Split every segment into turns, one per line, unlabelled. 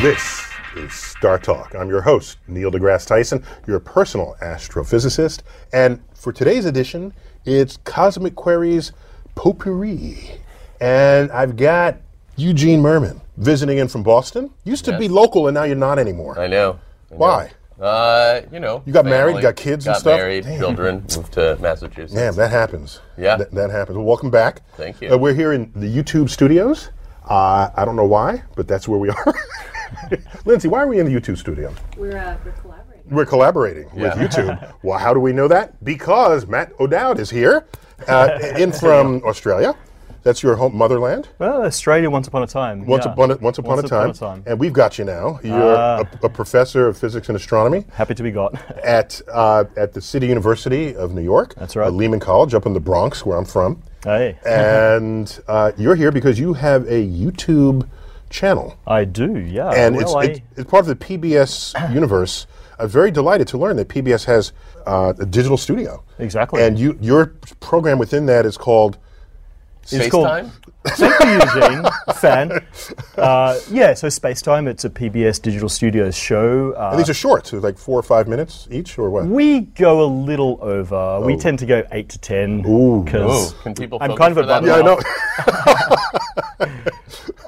This is Star Talk. I'm your host, Neil deGrasse Tyson, your personal astrophysicist. And for today's edition, it's Cosmic Queries Potpourri. And I've got Eugene Merman visiting in from Boston. Used to be local, and now you're not anymore.
I know. I know.
Why?
Uh, you know.
You got married, got kids and
got
stuff?
married,
Damn.
children, moved to Massachusetts.
Damn, that happens.
Yeah.
That, that happens. Well, welcome back.
Thank you.
Uh, we're here in the YouTube studios. Uh, I don't know why, but that's where we are. Lindsay, why are we in the YouTube studio?
We're, uh, we're collaborating.
We're collaborating with YouTube. well, how do we know that? Because Matt O'Dowd is here, uh, in from Australia. That's your home motherland.
Well, Australia once upon a time.
Once
yeah.
upon a, once upon a time, Ah. and we've got you now. You're a, a professor of physics and astronomy
Happy to be got.
at uh, at the City University of New York. That's
right.
Lehman College up in the Bronx, where I'm from.
hey,
and uh, you're here because you have a YouTube channel,
I do. Yeah.
and
well,
it's,
I,
it's it's part of the PBS universe. I'm very delighted to learn that PBS has uh, a digital studio,
exactly.
and you your program within that is called.
Space
called-
time?
Thank you, Eugene. Fan. Uh, yeah. So Spacetime. It's a PBS Digital Studios show. Uh,
And these are short, so like four or five minutes each, or what?
we go a little over.
Oh.
We tend to go eight to ten. Ooh. Because
Oh, Can people
I'm
focus
kind of
for
a
that
bum
yeah, I
long?
know.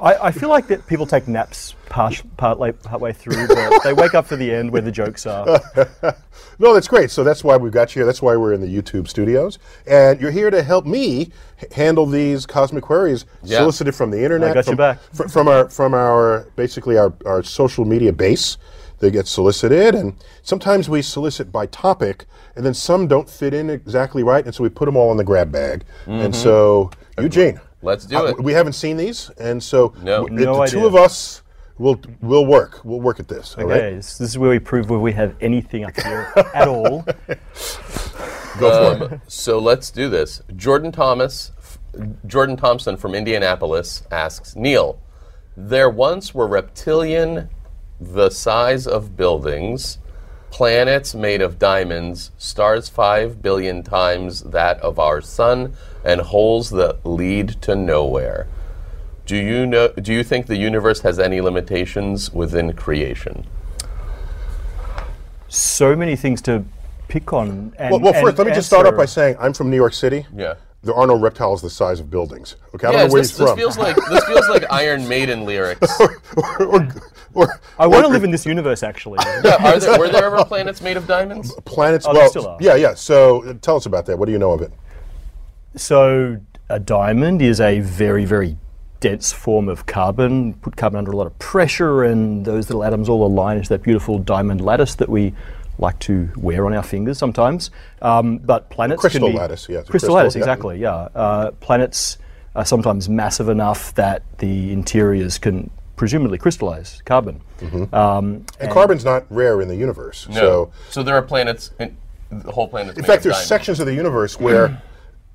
I, I feel like that people take naps part, part, like, partway through, but they wake up for the end where the jokes are.
No, that's great. So that's why we've got you here. That's why we're in the YouTube studios. And you're here to help me h- handle these cosmic queries
Yeah.
solicited from the internet.
I got you
from,
back.
fr- from our from our basically our, our social media base. They get solicited and sometimes we solicit by topic and then some don't fit in exactly right and so we put them all in the grab bag.
Mm-hmm.
And so Eugene.
Let's do
I-
it.
we haven't seen these and so
No.
w- the
No
two
idea.
of us will will work. We'll work at this. All right?
Okay, this, this is where we prove whether we have anything up here at all.
Go for it.
Um, So let's do this. Jordan Thomas, f- Jordan Thompson from Indianapolis asks Neil, there once were reptilian the size of buildings, planets made of diamonds, stars five billion times that of our sun, and holes that lead to nowhere. Do you know? Do you think the universe has any limitations within creation?
so many things to pick on. And,
Well, well
and
first, let me just start off by
answer.
saying I'm from New York City.
Yeah.
There are no reptiles the size of buildings. Okay, I don't
Yes,
know where
this,
he's
this
from.
feels like this feels like Iron Maiden lyrics.
or, or, or
I want to live in this universe, actually.
Yeah, are there, were there ever planets made of diamonds?
planets.
Oh, they
well,
still are.
yeah, yeah. So uh, tell us about that. What do you know of it?
so, a diamond is a very, very dense form of carbon. Put carbon under a lot of pressure, and those little atoms all align into that beautiful diamond lattice that we like to wear on our fingers sometimes. Um, but planets
Crystal
can be,
lattice, yeah, it's a crystal,
crystal, lattice,
yeah.
exactly. Yeah, uh, planets are sometimes massive enough that the interiors can presumably crystallize carbon.
Mm-hmm.
Um,
And, carbon's not rare in the universe. So
So there are planets, in, the whole planet.
in fact, there's sections of the universe where.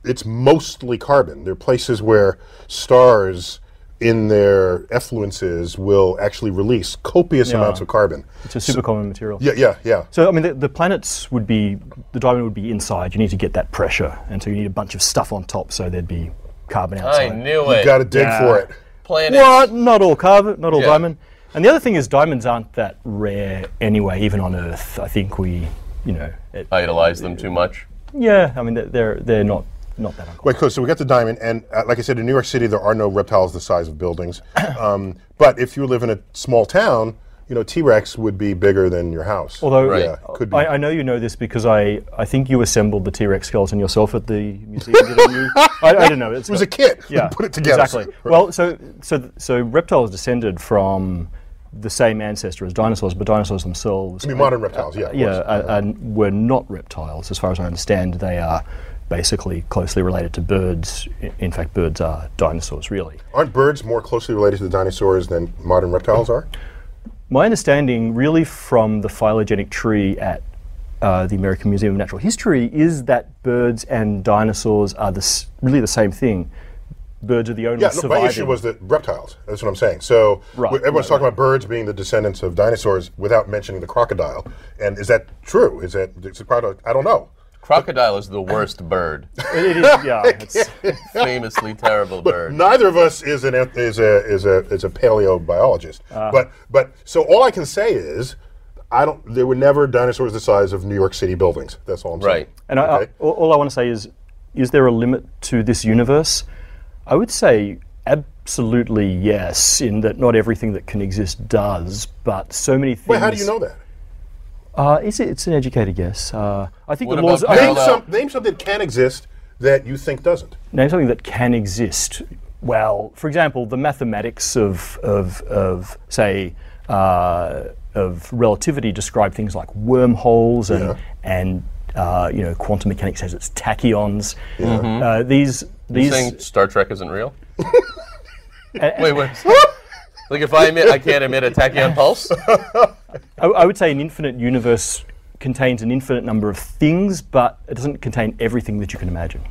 it's mostly carbon. There are places where stars in their effluences will actually release copious amounts of carbon.
It's a super common material.
Yeah, yeah, yeah.
So, I mean, the, the planets would be, the diamond would be inside. You need to get that pressure. And so you need a bunch of stuff on top so there'd be carbon outside.
I knew it.
Got to dig
Yeah.
for it.
Planets.
What? Not all carbon, not all
Yeah.
diamond. And the other thing is, diamonds aren't that rare anyway, even on Earth. I think we, you know, it,
Idolize them too much.
yeah, I mean, they're- they're, they're not, not that uncommon.
Wait, cool. So we got the diamond, and uh, like I said, in New York City, there are no reptiles the size of buildings. um, but if you live in a small town, you know T Rex would be bigger than your house.
Although, uh,
Right.
yeah, could be.
I, I know you know this because I, I think you assembled the T Rex skeleton yourself at the museum, didn't you? I, I don't know. It's
it was a kit.
Yeah,
put it together.
Exactly. Well, so so so reptiles descended from the same ancestor as dinosaurs, but dinosaurs themselves,
I mean, modern reptiles. Yeah. of
yeah,
course.
uh, and were not reptiles. As far as I understand, they are basically closely related to birds. I- In fact, birds are dinosaurs, really.
Aren't birds more closely related to the dinosaurs than modern reptiles
Mm.
are?
My understanding, really, from the phylogenetic tree at uh, the American Museum of Natural History, is that birds and dinosaurs are the s- really the same thing. Birds are the only
Yeah. No,
surviving.
my issue was the reptiles. That's what I'm saying. So
Right,
we- everyone's
right,
talking about birds being the descendants of dinosaurs without mentioning the crocodile. And is that true? Is that is the crocodile? I don't know.
Crocodile is the worst bird.
It- it is, yeah. It's,
Famously terrible bird.
Neither of us is an eth- is a is a is a paleobiologist.
Ah.
but but so all I can say is, I don't. There were never dinosaurs the size of New York City buildings. That's all I'm saying.
Right.
And I, I,
Okay.
all- all I want to say is, is there a limit to this universe? I would say absolutely yes, in that not everything that can exist does, but so many things.
Wait, how do you know that?
Uh, it's, it's an educated guess. Uh, I think
What
the
about
laws. I
parallel-
Name,
think,
Hello.
some, name something that can exist that you think doesn't.
name something that can exist. Well, for example, the mathematics of, of, of say, uh, of relativity describe things like wormholes and, and uh, you know, quantum mechanics has its tachyons. Uh, these,
You
these
saying Star Trek isn't real?
a-
Wait, wait. like if I emit, I can't emit a tachyon pulse.
I, I would say an infinite universe contains an infinite number of things, but it doesn't contain everything that you can imagine.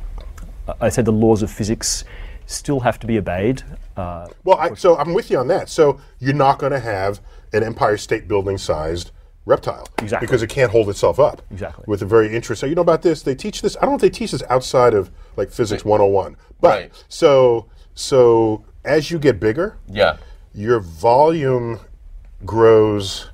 I- I said the laws of physics still have to be obeyed. Uh,
Well, I, so I'm with you on that. So you're not going to have an Empire State Building sized reptile
Exactly.
because it can't hold itself up.
Exactly.
With a very interesting. You know about this? They teach this. I don't know if they teach this outside of like physics 101. But
Right.
so so as you get bigger,
Yeah.
your volume grows.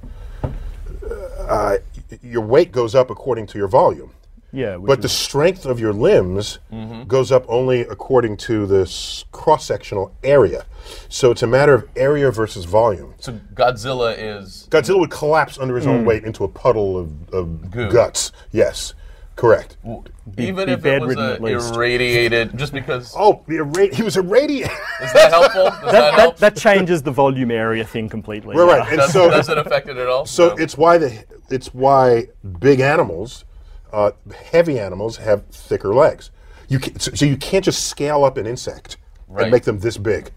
Uh, y- your weight goes up according to your volume.
yeah, which
But the strength of your limbs
Mm-hmm.
goes up only according to this cross sectional area. So it's a matter of area versus volume.
So Godzilla is
Godzilla would collapse under his own weight into a puddle of, of
Mm. Goo.
guts. Yes, correct.
even
be
if it was
bedridden at
a
least.
irradiated, just because.
Oh, the irra- he was irradiated.
Is that helpful? Does that,
that,
help?
that, that changes the volume area thing completely.
right, right. And
does,
so,
does it affect it at all?
so
No.
it's why the it's why big animals, uh, heavy animals, have thicker legs. You can, so, so you can't just scale up an insect
Right.
and make them this big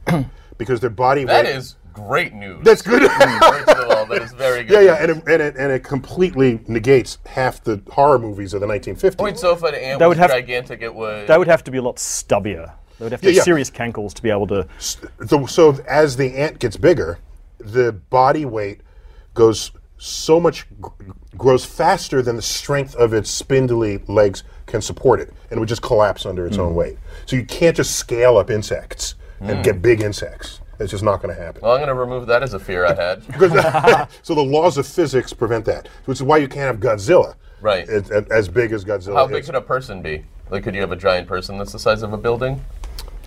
because their body
that
weight
is great news.
that's good.
First of all, that is very good.
Yeah, yeah,
news.
and it, and, it, and it completely negates half the horror movies of the 1950s.
Point so if an ant
That
was
would have-
gigantic, it would.
They would have to be a lot stubbier. They would have to
Yeah,
have
yeah.
serious cankles to be able to.
So, so as the ant gets bigger, the body weight goes so much gr- grows faster than the strength of its spindly legs can support it, and it would just collapse under its
Hmm.
own weight. So you can't just scale up insects and get big insects. It's just not going to happen.
well, I'm going to remove that as a fear I had.
so the laws of physics prevent that, which is why you can't have Godzilla,
Right.
As, as big as Godzilla.
How
is.
big could a person be? Like, could you have a giant person that's the size of a building?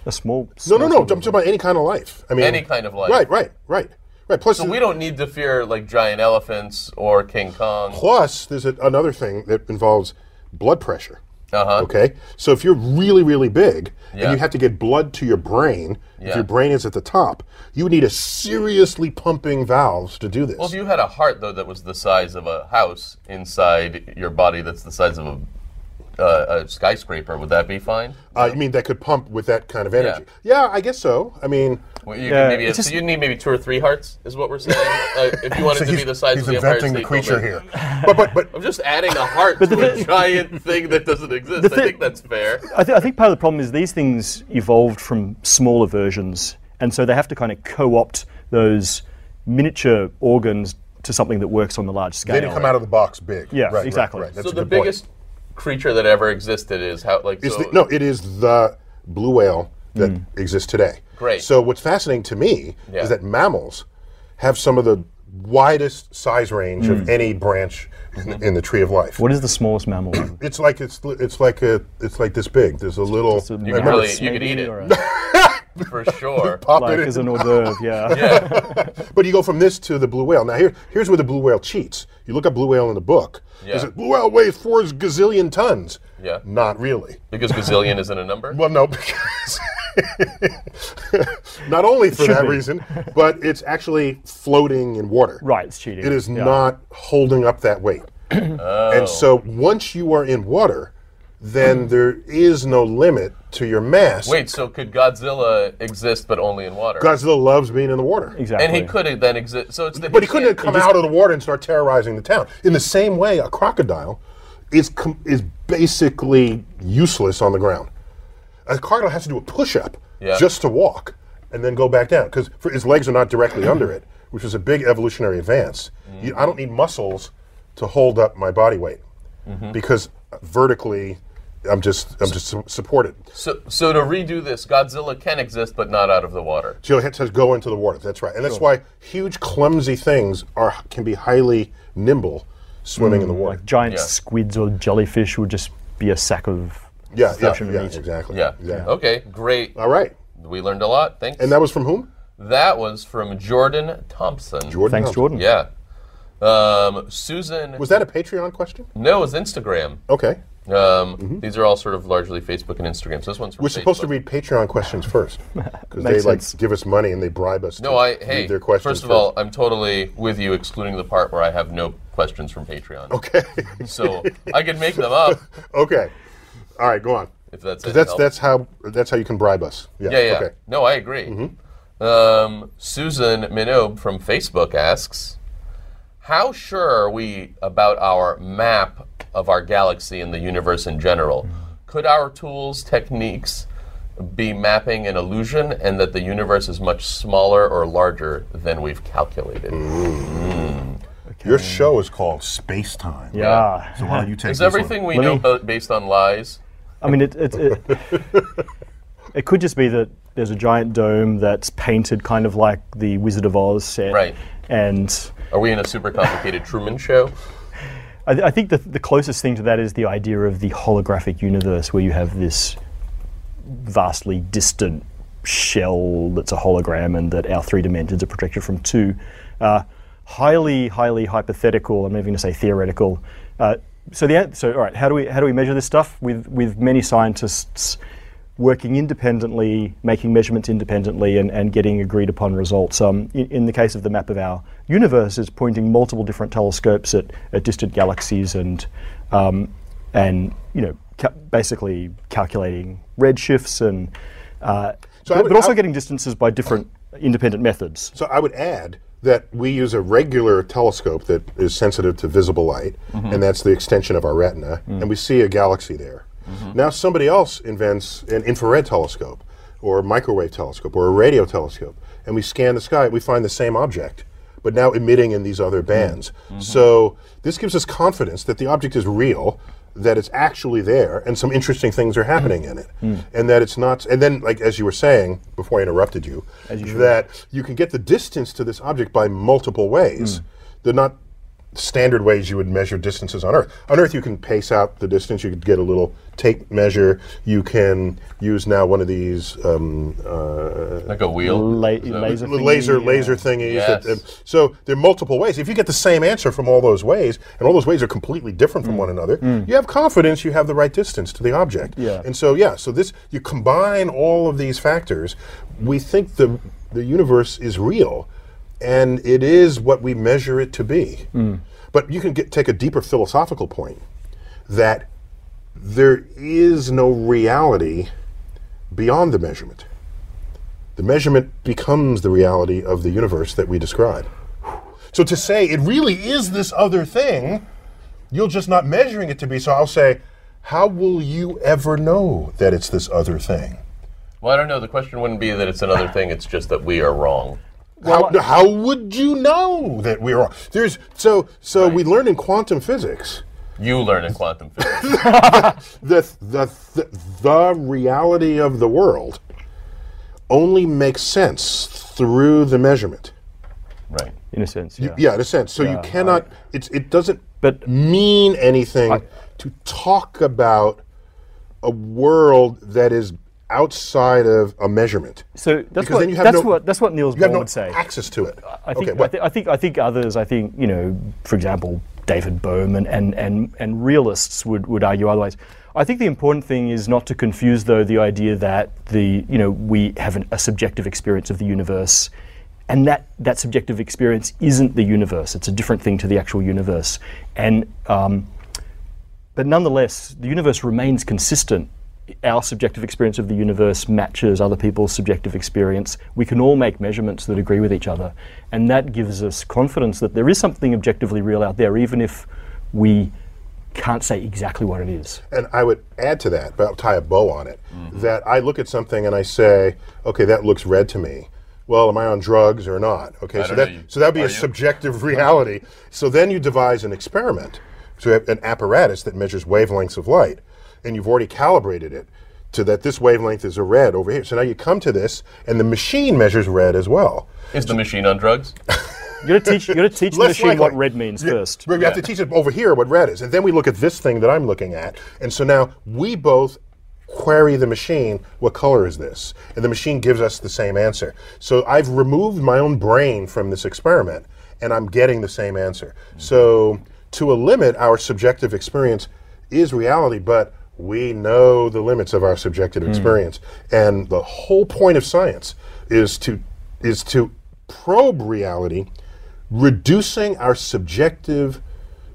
A small.
No, no, no. I'm talking about any kind of life. I mean,
Any kind of life.
Right, right, right, right. Plus,
So we don't need to fear like giant elephants or King Kong.
plus there's a, another thing that involves blood pressure.
Uh-huh.
Okay, so if you're really, really big
Yeah.
and you have to get blood to your brain,
Yeah.
if your brain is at the top, you need a seriously pumping valves to do this.
Well, if you had a heart though that was the size of a house inside your body, that's the size of a uh, a skyscraper, would that be fine?
Uh, you mean that could pump with that kind of energy? Yeah, I guess so. I mean,
Well, you,
Yeah,
could maybe
it's
so
just-
you need maybe two or three hearts, is what we're saying. uh, if you wanted
so
to be
he's,
the size
he's
of the Empire
inventing the
State
creature
Building.
here. But but but
I'm just adding a heart to
the
a
thi-
giant thing that doesn't exist. I
thi-
think that's fair.
I, th- I think part of the problem is these things evolved from smaller versions, and so they have to kind of co-opt those miniature organs to something that works on the large scale.
they didn't come out of the box big.
Yeah,
Right, right,
exactly.
right. That's
So
a
the
good point.
biggest creature that ever existed is how like
It's
so,
the, no, it is the blue whale that
Hmm.
exists today.
Great.
So what's fascinating to me
Yeah.
is that mammals have some of the widest size range of any branch in, the, in the tree of life.
Hmm. What is the smallest mammal? One?
It's like it's li- it's like a it's like this big. There's a little
It's a
I
You could,
mammoth,
remember
really, you could
maybe,
eat it
or a-
for sure.
pop
like
it
as
in.
an hors d'oeuvre, yeah.
But you go from this to the blue whale. Now here here's where the blue whale cheats. You look up blue whale in the book.
Yeah.
Is it blue whale weighs four gazillion tons?
Yeah.
Not really.
Because gazillion isn't a number.
Well, no, because not only for that
be.
reason, but it's actually floating in water.
Right, it's cheating.
It is
Yeah.
not holding up that weight. And so once you are in water, then there is no limit to your mass.
Wait, so could Godzilla exist but only in water?
Godzilla loves being in the water.
Exactly.
and he could have then exist. So it's the,
But he couldn't have
can't-
come out of the water and start terrorizing the town. In the same way, a crocodile is com- is basically useless on the ground. A crocodile has to do a push up
Yeah.
just to walk and then go back down because his legs are not directly under it, which is a big evolutionary advance. You, I don't need muscles to hold up my body weight because vertically, I'm just I'm just su- supported.
So, so to redo this, Godzilla can exist but not out of the water.
So it says go into the water. That's right, and that's why huge clumsy things are can be highly nimble swimming in the water.
Mm, Like giant
Yeah.
squids or jellyfish would just be a sack of
yeah, yeah,
stuff
yeah,
and meat.
exactly.
Yeah.
exactly.
Okay. Great.
All right,
We learned a lot. Thanks.
and that was from whom?
that was from Jordan Thompson.
Jordan.
Thanks,
Thompson.
Jordan.
Yeah. Um, Susan.
Was that a Patreon question?
no, it's Instagram.
Okay,
Um, These are all sort of largely Facebook and Instagram. So this one's
Mm-hmm.
from
we're supposed to
Facebook.
read Patreon questions first because they
Makes
like
sense.
give us money and they bribe us.
No,
to
I
read
hey.
their questions
first of all, I'm totally with you, excluding the part where I have no questions from Patreon.
Okay,
So I could make them up
okay, all right, go on.
if that's
'Cause
any
That's
help.
that's how that's how you can bribe us.
Yeah, yeah.
Okay.
No, I agree. Um, Susan Minobe from Facebook asks, "How sure are we about our map of our galaxy and the universe in general? Could our tools, techniques, be mapping an illusion, and that the universe is much smaller or larger than we've calculated?
Your show is called Space Time.
Yeah.
So why don't you take
Is everything we
Let
know
me-
bo- based on lies?"
I mean, it, it, it, it could just be that there's a giant dome that's painted kind of like the Wizard of Oz set.
Right.
And
Are we in a super complicated Truman Show?
I, I think the, the closest thing to that is the idea of the holographic universe where you have this vastly distant shell that's a hologram and that our three dimensions are projected from two. Uh, highly, highly hypothetical. I'm not even going to say theoretical. Uh, so the an- so all right. How do we how do we measure this stuff with with many scientists working independently, making measurements independently, and, and getting agreed upon results. Um, in, in the case of the map of our universe, is pointing multiple different telescopes at, at distant galaxies and um, and you know ca- basically calculating redshifts and uh,
So I
but,
would-
but also
I-
getting distances by different independent methods.
So I would add that we use a regular telescope that is sensitive to visible light, and that's the extension of our retina, and we see a galaxy there. Now somebody else invents an infrared telescope, or a microwave telescope, or a radio telescope, and we scan the sky, we find the same object, but now emitting in these other bands. So this gives us confidence that the object is real. That it's actually there, and some interesting things are happening in it, and that it's not. And then, like as you were saying before I interrupted you, that you can get the distance to this object by multiple ways. They're not standard ways you would measure distances on Earth. On Earth, you can pace out the distance. You could get a little tape measure. You can use now one of these um, uh,
Like a wheel?
La-
Is that-
laser,
l- laser
thingy,
laser thingies. that-
Yes.
uh, so there are multiple ways. If you get the same answer from all those ways, and all those ways are completely different
Mm.
from one another, you have confidence you have the right distance to the object.
Yeah.
And so yeah, so this you combine all of these factors, we think the the universe is real, and it is what we measure
Mm.
it to be. But you can get, take a deeper philosophical point that there is no reality beyond the measurement. The measurement becomes the reality of the universe that we describe. So to say it really is this other thing, you're just not measuring it to be. So I'll say, how will you ever know that it's this other thing?
Well, I don't know. The question wouldn't be that it's another thing. It's just that we are wrong.
how, how would you know that we're wrong? There's so so we learn in quantum physics
You learn in quantum physics.
the the the, the reality of the world only makes sense through the measurement.
right.
in a sense. Yeah.
Yeah, in a sense. So you cannot. It's it doesn't
But-
mean anything to talk about a world that is outside of a measurement.
So that's
Because
what
then you have
that's
no-
what that's what Niels
You have
Bohr
no
would say.
access to it.
I think,
okay, what?
I, th- I think I think others. I think you know, for example, David Bohm and and and, and realists would, would argue otherwise. I think the important thing is not to confuse though the idea that the you know we have an, a subjective experience of the universe, and that that subjective experience isn't the universe. It's a different thing to the actual universe, and um, but nonetheless, the universe remains consistent. Our subjective experience of the universe matches other people's subjective experience. We can all make measurements that agree with each other. And that gives us confidence that there is something objectively real out there, even if we can't say exactly what it is.
and I would add to that, but I'll tie a bow on it,
Mm-hmm.
that I look at something and I say, okay, that looks red to me. Well, am I on drugs or not? Okay, so
don't
that
know.
so that'd be
Are
a
you?
subjective reality. So then you devise an experiment, so you have an apparatus that measures wavelengths of light, and you've already calibrated it to that this wavelength is a red over here. So now you come to this, and the machine measures red as well.
Is the machine on drugs?
You gotta teach, you gotta teach the
Less
machine what
likely.
red means first.
We have to teach it over here what red is, and then we look at this thing that I'm looking at, and so now we both query the machine. What color is this? And the machine gives us the same answer. So I've removed my own brain from this experiment, and I'm getting the same answer. So to a limit, our subjective experience is reality, but we know the limits of our subjective experience, and the whole point of science is to is to probe reality reducing our subjective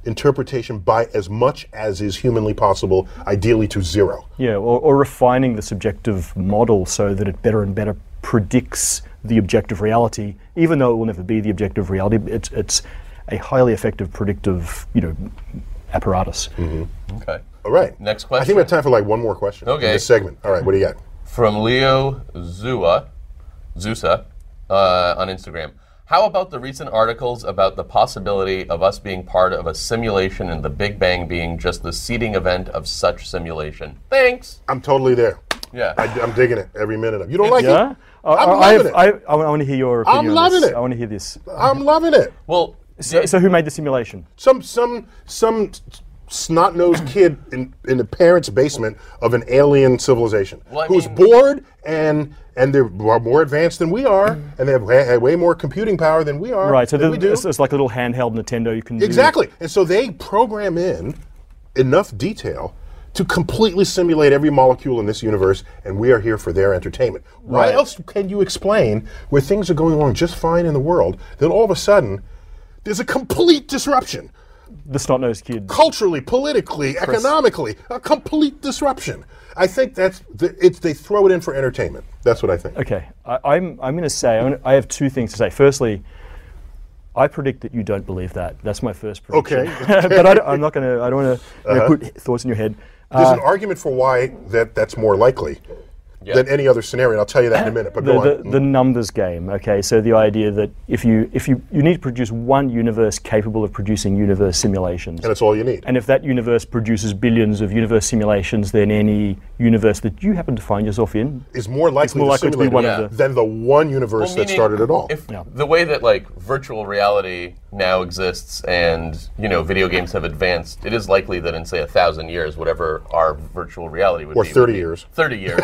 interpretation by as much as is humanly possible, ideally to zero.
Yeah, or, or refining the subjective model so that it better and better predicts the objective reality, even though it will never be the objective reality. It's, it's a highly effective predictive, you know, apparatus.
Mm-hmm.
Okay.
All right.
Next
I think we
question.
have time for like one more question. in
Okay.
this segment. All right. What do you got?
From Leo Zua, Zusa, uh, on Instagram. How about the recent articles about the possibility of us being part of a simulation and the Big Bang being just the seeding event of such simulation? Thanks.
I'm totally there.
Yeah.
I, am digging it every minute of. You don't like
Yeah,
it?
I,
I'm
I- I have-
loving
I,
it.
I, want to hear your opinion. on
loving
this.
it.
I want to hear this.
I, am loving it.
well,
So, so who made the simulation?
Some some some snot-nosed kid in, in the parents' basement of an alien civilization
Well, I
who's
mean-
bored and and they're wa- more advanced than we are and they have way, way more computing power than we are.
Right, so
than
the,
we do.
it's, it's like a little handheld Nintendo. You can do-
Exactly. And so they program in enough detail to completely simulate every molecule in this universe, and we are here for their entertainment. Why
Right.
else can you explain where things are going along just fine in the world, then all of a sudden there's a complete disruption?
the snot-nosed kid.
Culturally, politically, economically, a complete disruption. I think that's the, it's they throw it in for entertainment. That's what I think.
Okay, I, I'm I'm going to say I'm gonna, I have two things to say. Firstly, I predict that you don't believe that. That's my first prediction.
Okay. Uh-huh.
but I don't, I'm not going to. I don't want to put thoughts in your head. Uh,
There's an argument for why that that's more likely than any other scenario. and I'll tell you that in a minute. But go
the,
on.
the, the numbers game. Okay, so the idea that if you if you you need to produce one universe capable of producing universe simulations,
and it's all you need.
and if that universe produces billions of universe simulations, then any universe that you happen to find yourself in,
is more likely,
more
to,
likely to be
simulate
one
it
of
than the one universe that
meaning
started it all.
If The way that like virtual reality now exists, and you know, video games have advanced, it is likely that in say a thousand years, whatever our virtual reality would
Or
be, would
30
be-
years.
thirty years,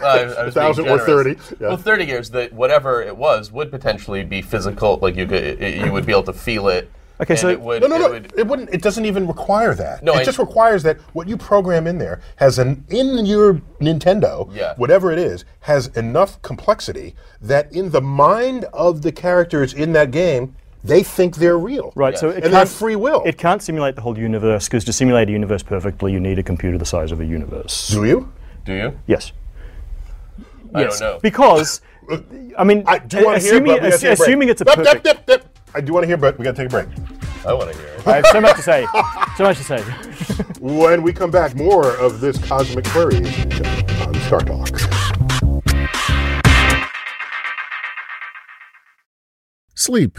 Uh, I, I was
1,000
being
or
generous.
30, yeah.
Well, thirty years that whatever it was would potentially be physical. Like you could, it, you would be able to feel it.
Okay,
and
so-
it would,
no, no,
it
no.
would-
It, wouldn't. It doesn't even require that.
No,
it
I-
just requires that what you program in there has an in your Nintendo,
Yeah.
whatever it is, has enough complexity that in the mind of the characters in that game, They think they're real.
Right, so
Yes.
it
And they
can't
have free will.
It can't simulate the whole universe because to simulate a universe perfectly, you need a computer the size of a universe.
Do you?
Do you?
Yes.
I
yes.
don't know.
Because, I mean,
I do want to hear,
assuming,
but we gotta take E a break.
assuming it's a
Dip, dip,
perfect.
dip, dip. I do want to hear, but we got to take a break.
I want to hear it.
I have so much to say. So much to say.
When we come back, more of this cosmic query on Star Talk.
Sleep,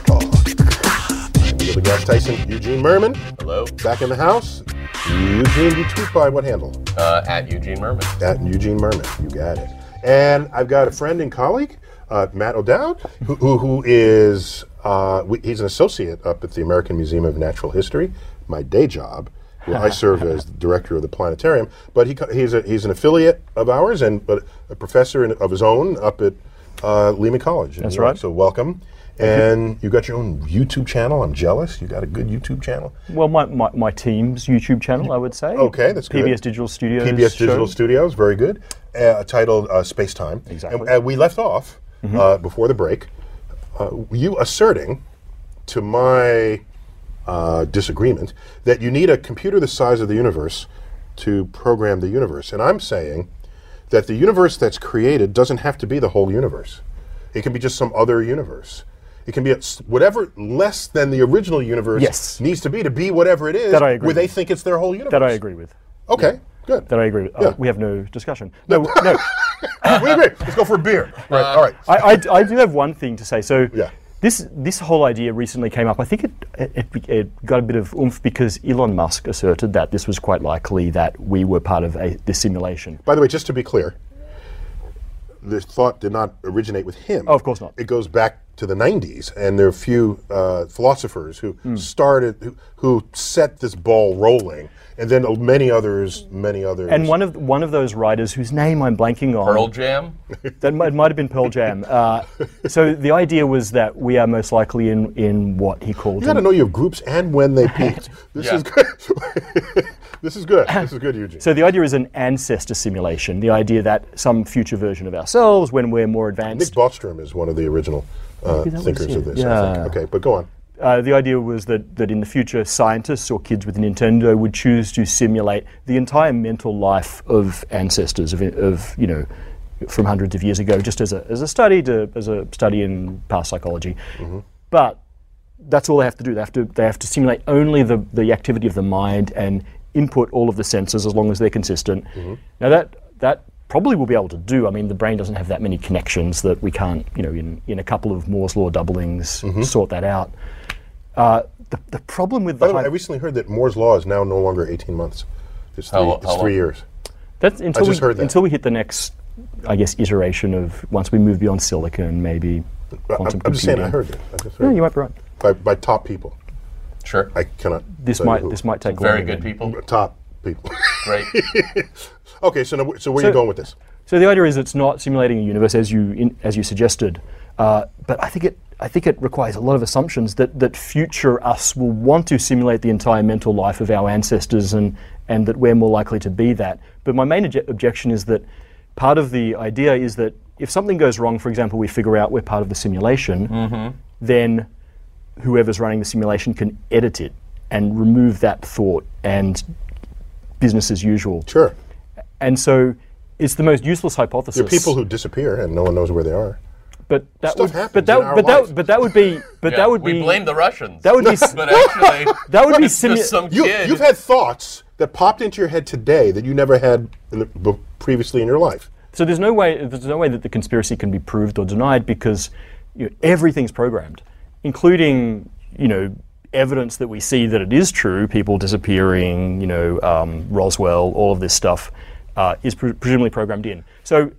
Talk. I'm Neil deGrasse Tyson, Eugene Merman,
Hello?
back in the house. Eugene, you tweet by what handle?
Uh, at Eugene Merman.
At Eugene Merman, you got it. And I've got a friend and colleague, uh, Matt O'Dowd, who, who, who is uh, w- he's an associate up at the American Museum of Natural History, my day job, where I serve as the director of the planetarium. But he, co- he's, a, he's an affiliate of ours and but a professor in, of his own up at uh, Lehman College. in
That's
New York.
right.
So welcome. And you got your own YouTube channel. I'm jealous. You got a good YouTube channel.
Well, my, my, my team's YouTube channel, I would say.
Okay, that's good.
PBS Digital Studios.
PBS Digital
show.
Studios, very good, uh, titled uh, Space Time.
Exactly. Mm-hmm.
And, uh, we left off uh, before the break, uh, you asserting to my uh, disagreement that you need a computer the size of the universe to program the universe. And I'm saying that the universe that's created doesn't have to be the whole universe, it can be just some other universe. It can be a s whatever less than the original universe
Yes.
needs to be to be whatever it is
That I agree
where they
with.
think it's their whole universe.
That I agree with.
Okay, good.
That I agree with. Oh,
Yeah.
we have no discussion. No, no.
we agree. Let's go for a beer.
Uh,
Right. all right.
I, I, I do have one thing to say. So
Yeah.
this this whole idea recently came up. I think it, it it got a bit of oomph because Elon Musk asserted that this was quite likely that we were part of a this simulation.
By the way, just to be clear, this thought did not originate with him.
Oh, of course not.
It goes back to the 90s, and there are a few uh, philosophers who
Hmm.
started, who, who set this ball rolling, and then uh, many others, many others.
And one of one of those writers whose name I'm blanking on.
Pearl Jam?
That might, might have been Pearl Jam. Uh, so the idea was that we are most likely in, in what he called
you got to know your groups and when they peaked. This
Yeah.
is good. this is good. This is good, Eugene.
So the idea is an ancestor simulation, the idea that some future version of ourselves, when we're more
Nick
advanced,
Bostrom is one of the original uh,
that was
thinkers of
it.
this. I
Yeah.
think. Okay, but go on.
uh, the idea was that, that in the future, scientists or kids with Nintendo would choose to simulate the entire mental life of ancestors of, of you know, from hundreds of years ago, just as a, as a study to, as a study in past psychology. But that's all they have to do. They have to they have to simulate only the, the activity of the mind and input all of the senses as long as they're consistent.
Mm-hmm.
Now that that probably will be able to do. I mean, the brain doesn't have that many connections that we can't you know in, in a couple of Moore's law doublings
Mm-hmm.
sort that out. Uh, the, the problem with
By
the,
the way,
hy-
Oh, I recently heard that Moore's law is now no longer 18 months. It's three,
How lo-
it's
how
three
long?
years.
that's until
just
we,
heard that.
until we hit the next I guess iteration of once we move beyond silicon maybe
I- I'm,
quantum
I'm just saying,
computing.
I heard that. I just heard
Yeah,
it.
you might be right.
by, by top people.
Sure.
I cannot.
This
tell you
might
who.
this might take a
Very
while,
good
maybe.
people.
Top people.
Great.
okay, so, now, so where are you
So-
going with this?
So the idea is it's not simulating a universe as you in, as you suggested, uh, but I think it I think it requires a lot of assumptions that that future us will want to simulate the entire mental life of our ancestors and and that we're more likely to be that. But my main obje- objection is that part of the idea is that if something goes wrong, for example, we figure out we're part of the simulation, then whoever's running the simulation can edit it and remove that thought and business as usual.
Sure.
And so it's the most useless hypothesis.
There are people who disappear and no one knows where they are.
but that
Stuff
would,
happens
but that,
in our
but that,
life.
but that would be, but
Yeah,
that would
we
be,
blame the Russians.
that would be, s-
but actually,
that would be
it's just
simu-
some
You,
kid.
You've had thoughts that popped into your head today that you never had in the, b- previously in your life.
so there's no way, there's no way that the conspiracy can be proved or denied because you know, everything's programmed, including, you know, evidence that we see that it is true, people disappearing, you know, um, Roswell, all of this stuff uh, is pre- presumably programmed in. So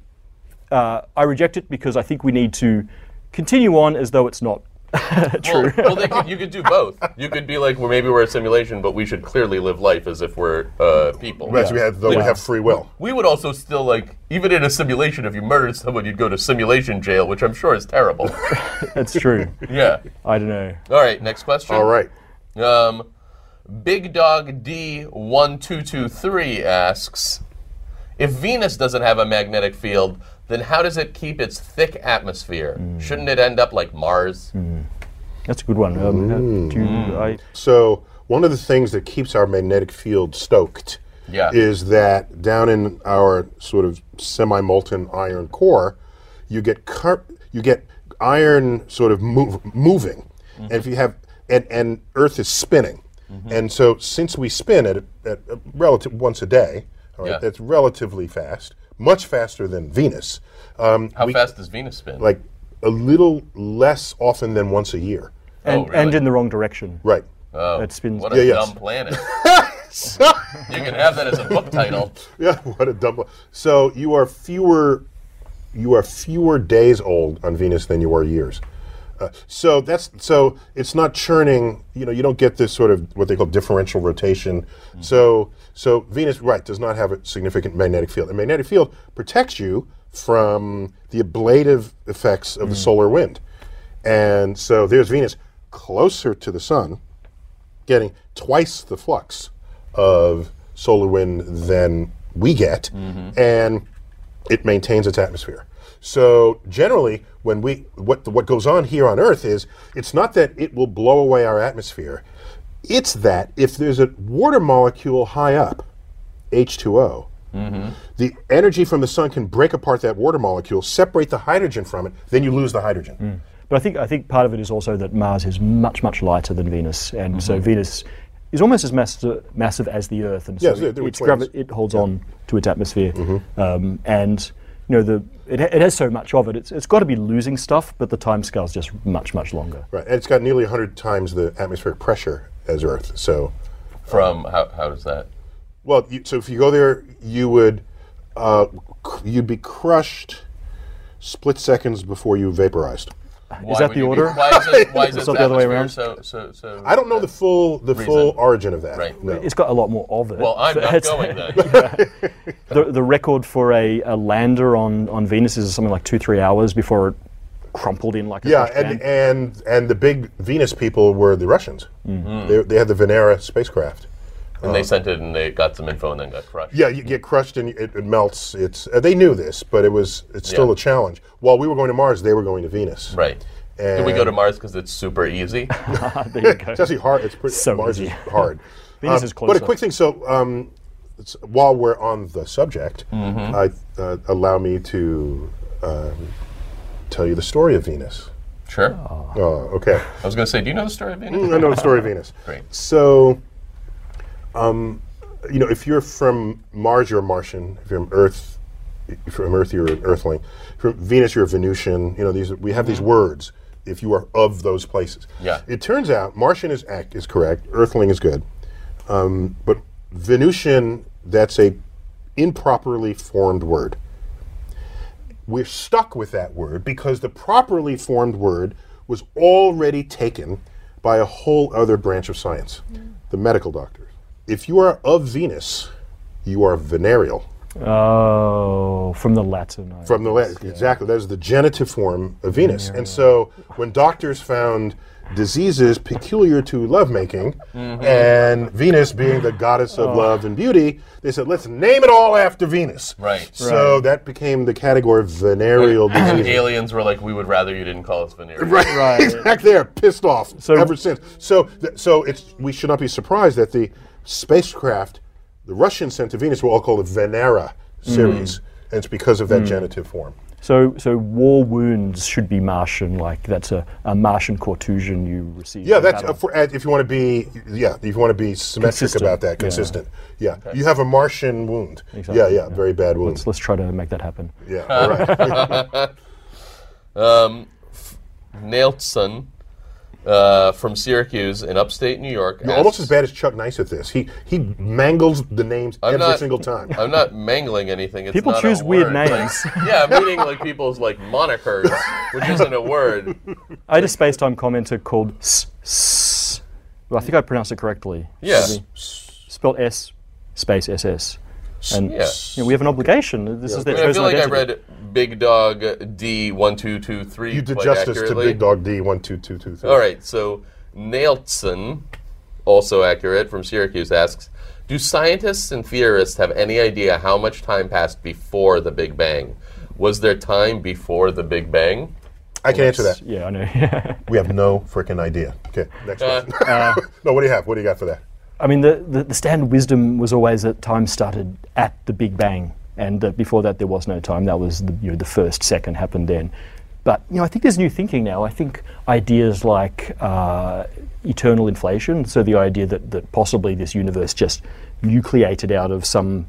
uh, I reject it because I think we need to continue on as though it's not
Well, well, they could, you could do both. You could be like, well, maybe we're a simulation, but we should clearly live life as if we're uh, people.
Whereas we have, though we
Yeah.
have free will.
We would also still like, even in a simulation, if you murdered someone, you'd go to simulation jail, which I'm sure is terrible.
That's true.
yeah.
I don't know.
All right. Next question.
All right.
Um, Big Dog D1223 asks If Venus doesn't have a magnetic field, then how does it keep its thick atmosphere?
Mm.
Shouldn't it end up like Mars?
That's a good one. Um, uh,
Mm.
do you-
Mm. Oh,
I-
So one of the things that keeps our magnetic field stoked
Yeah.
is that down in our sort of semi-molten iron core, you get cur- you get iron sort of move- moving,
Mm-hmm.
and if you have and and Earth is spinning, and so since we spin at, a, at a relative once a day, all right,
Yeah.
that's relatively fast, much faster than Venus. Um,
How fast does Venus spin?
like a little less often than once a year,
and,
really?
and in the wrong direction.
right?
Oh, that spins.
what a
yeah, yes.
dumb planet. you can have that as a book title.
Yeah, what a double. So you are fewer, you are fewer days old on Venus than you are years. Uh, so that's so it's not churning. You know, you don't get this sort of what they call differential rotation. So so Venus, right, does not have a significant magnetic field. A magnetic field protects you from the ablative effects of the solar wind, and so there's Venus closer to the sun getting twice the flux of solar wind than we get, and it maintains its atmosphere. So generally, when we what what goes on here on Earth is it's not that it will blow away our atmosphere; it's that if there's a water molecule high up, H2O, the energy from the sun can break apart that water molecule, separate the hydrogen from it, then you lose the hydrogen.
But I think I think part of it is also that Mars is much much lighter than Venus, and so
Mm-hmm.
Venus is almost as massive, massive as the Earth, and so
Yes, they-
it,
they were Mm-hmm.
its
twins.
gravi- it holds on to its atmosphere, um, and you know the it, ha- it has so much of it. It's, it's got to be losing stuff, but the time scale's just much much longer.
Right, and it's got nearly 100 times the atmospheric pressure as Earth. So
From how, how does that?
Well, you, so if you go there, you would uh, c- you'd be crushed split seconds before you vaporized.
Why
that
would
the
you do-
order?
Why is it, why is
It's
its
not the other way
atmosphere
around?
So, so, so
I don't know the full the full origin of that.
Right.
No.
It's got a lot more of it.
Well, I'm
So
not
it's-
going then.
the, the record for a, a lander on, on Venus is something like two, three hours before it crumpled in like a
Yeah,
trash
and,
can.
and and the big Venus people were the Russians.
Mm-hmm.
They, they had the Venera spacecraft.
And they sent it and they got some info and then got crushed.
Yeah, you get crushed and it, it melts. It's uh, they knew this, but it was it's still
Yeah.
a challenge. While we were going to Mars, they were going to Venus.
Right. Did we go to Mars because it's super easy?
there you go.
It's actually hard. It's pretty
So
Mars
easy.
is hard.
Venus
Um,
is
But a
closer.
quick thing. So um, it's, while we're on the subject,
Mm-hmm.
I uh, allow me to um, tell you the story of Venus.
Sure.
Oh, okay.
I was going to say, do you know the story of Venus?
Mm,
Mm,
I know the story of Venus.
Great.
So, um, you know, if you're from Mars, you're a Martian. If you're from Earth, if you're from Earth, you're an Earthling. If you're from Venus, you're a Venusian. You know, these we have these words. If you are of those places,
Mm-hmm. Yeah.
It turns out Martian is ac- is correct. Earthling is good, um, but Venusian that's a improperly formed word we're stuck with that word because the properly formed word was already taken by a whole other branch of science,
Mm.
the medical doctors. If you are of Venus, you are venereal.
Oh, from the Latin. I-
From the Latin, exactly. That is the genitive form of Venus. And so when doctors found diseases peculiar to lovemaking
Mm-hmm.
and Venus being the goddess
Oh.
of love and beauty, they said, let's name it all after Venus.
Right.
So that became the category of venereal diseases.
Aliens were like, we would rather you didn't call us Venereal.
Right, exactly. They're pissed off
So-
ever since. So, th- so it's we should not be surprised that the spacecraft the Russians sent to Venus were all called the Venera series,
Mm.
and it's because of that genitive form.
So, so war wounds should be Martian. Like that's a, a Martian contusion you receive.
Yeah,
in
that's uh,
battle.
for, uh, if you want to be yeah, if you want to be symmetric
Consistent,
about that,
yeah.
consistent. Yeah, you have a Martian wound.
Exactly,
Yeah, yeah, very bad wound.
Let's, let's try to make that happen.
yeah, all right.
Um, Nailson uh, from Syracuse in upstate New York.
You're almost as bad as Chuck Nice at this. He he mangles the names every
not-
single time.
I'm not mangling anything. It's
People
not a
choose weird
word. Like,
names.
yeah, I'm reading like people's like monikers, which isn't a word.
I had a spacetime commenter called S. S well, I think I pronounced it correctly.
Yeah.
Spelled S, space SS. And
Yeah.
you know, we have an obligation. This is their
I, mean, I
chosen
feel like I
identity.
read Big Dog D one two two three.
you did
quite
justice to
accurately.
Big Dog D one two two two three.
All right, so Nailson, also accurate from Syracuse, asks Do scientists and theorists have any idea how much time passed before the Big Bang? Was there time before the Big Bang?
I can answer that.
Yeah, I know.
We have no freaking idea. Okay, next
Uh,
question. no, what do you have? What do you got for that?
I mean, the, the, the standard wisdom was always that time started at the Big Bang, and that before that there was no time. That was the, you know, the first second happened then. But you know, I think there's new thinking now. I think ideas like uh, eternal inflation, so the idea that, that possibly this universe just nucleated out of some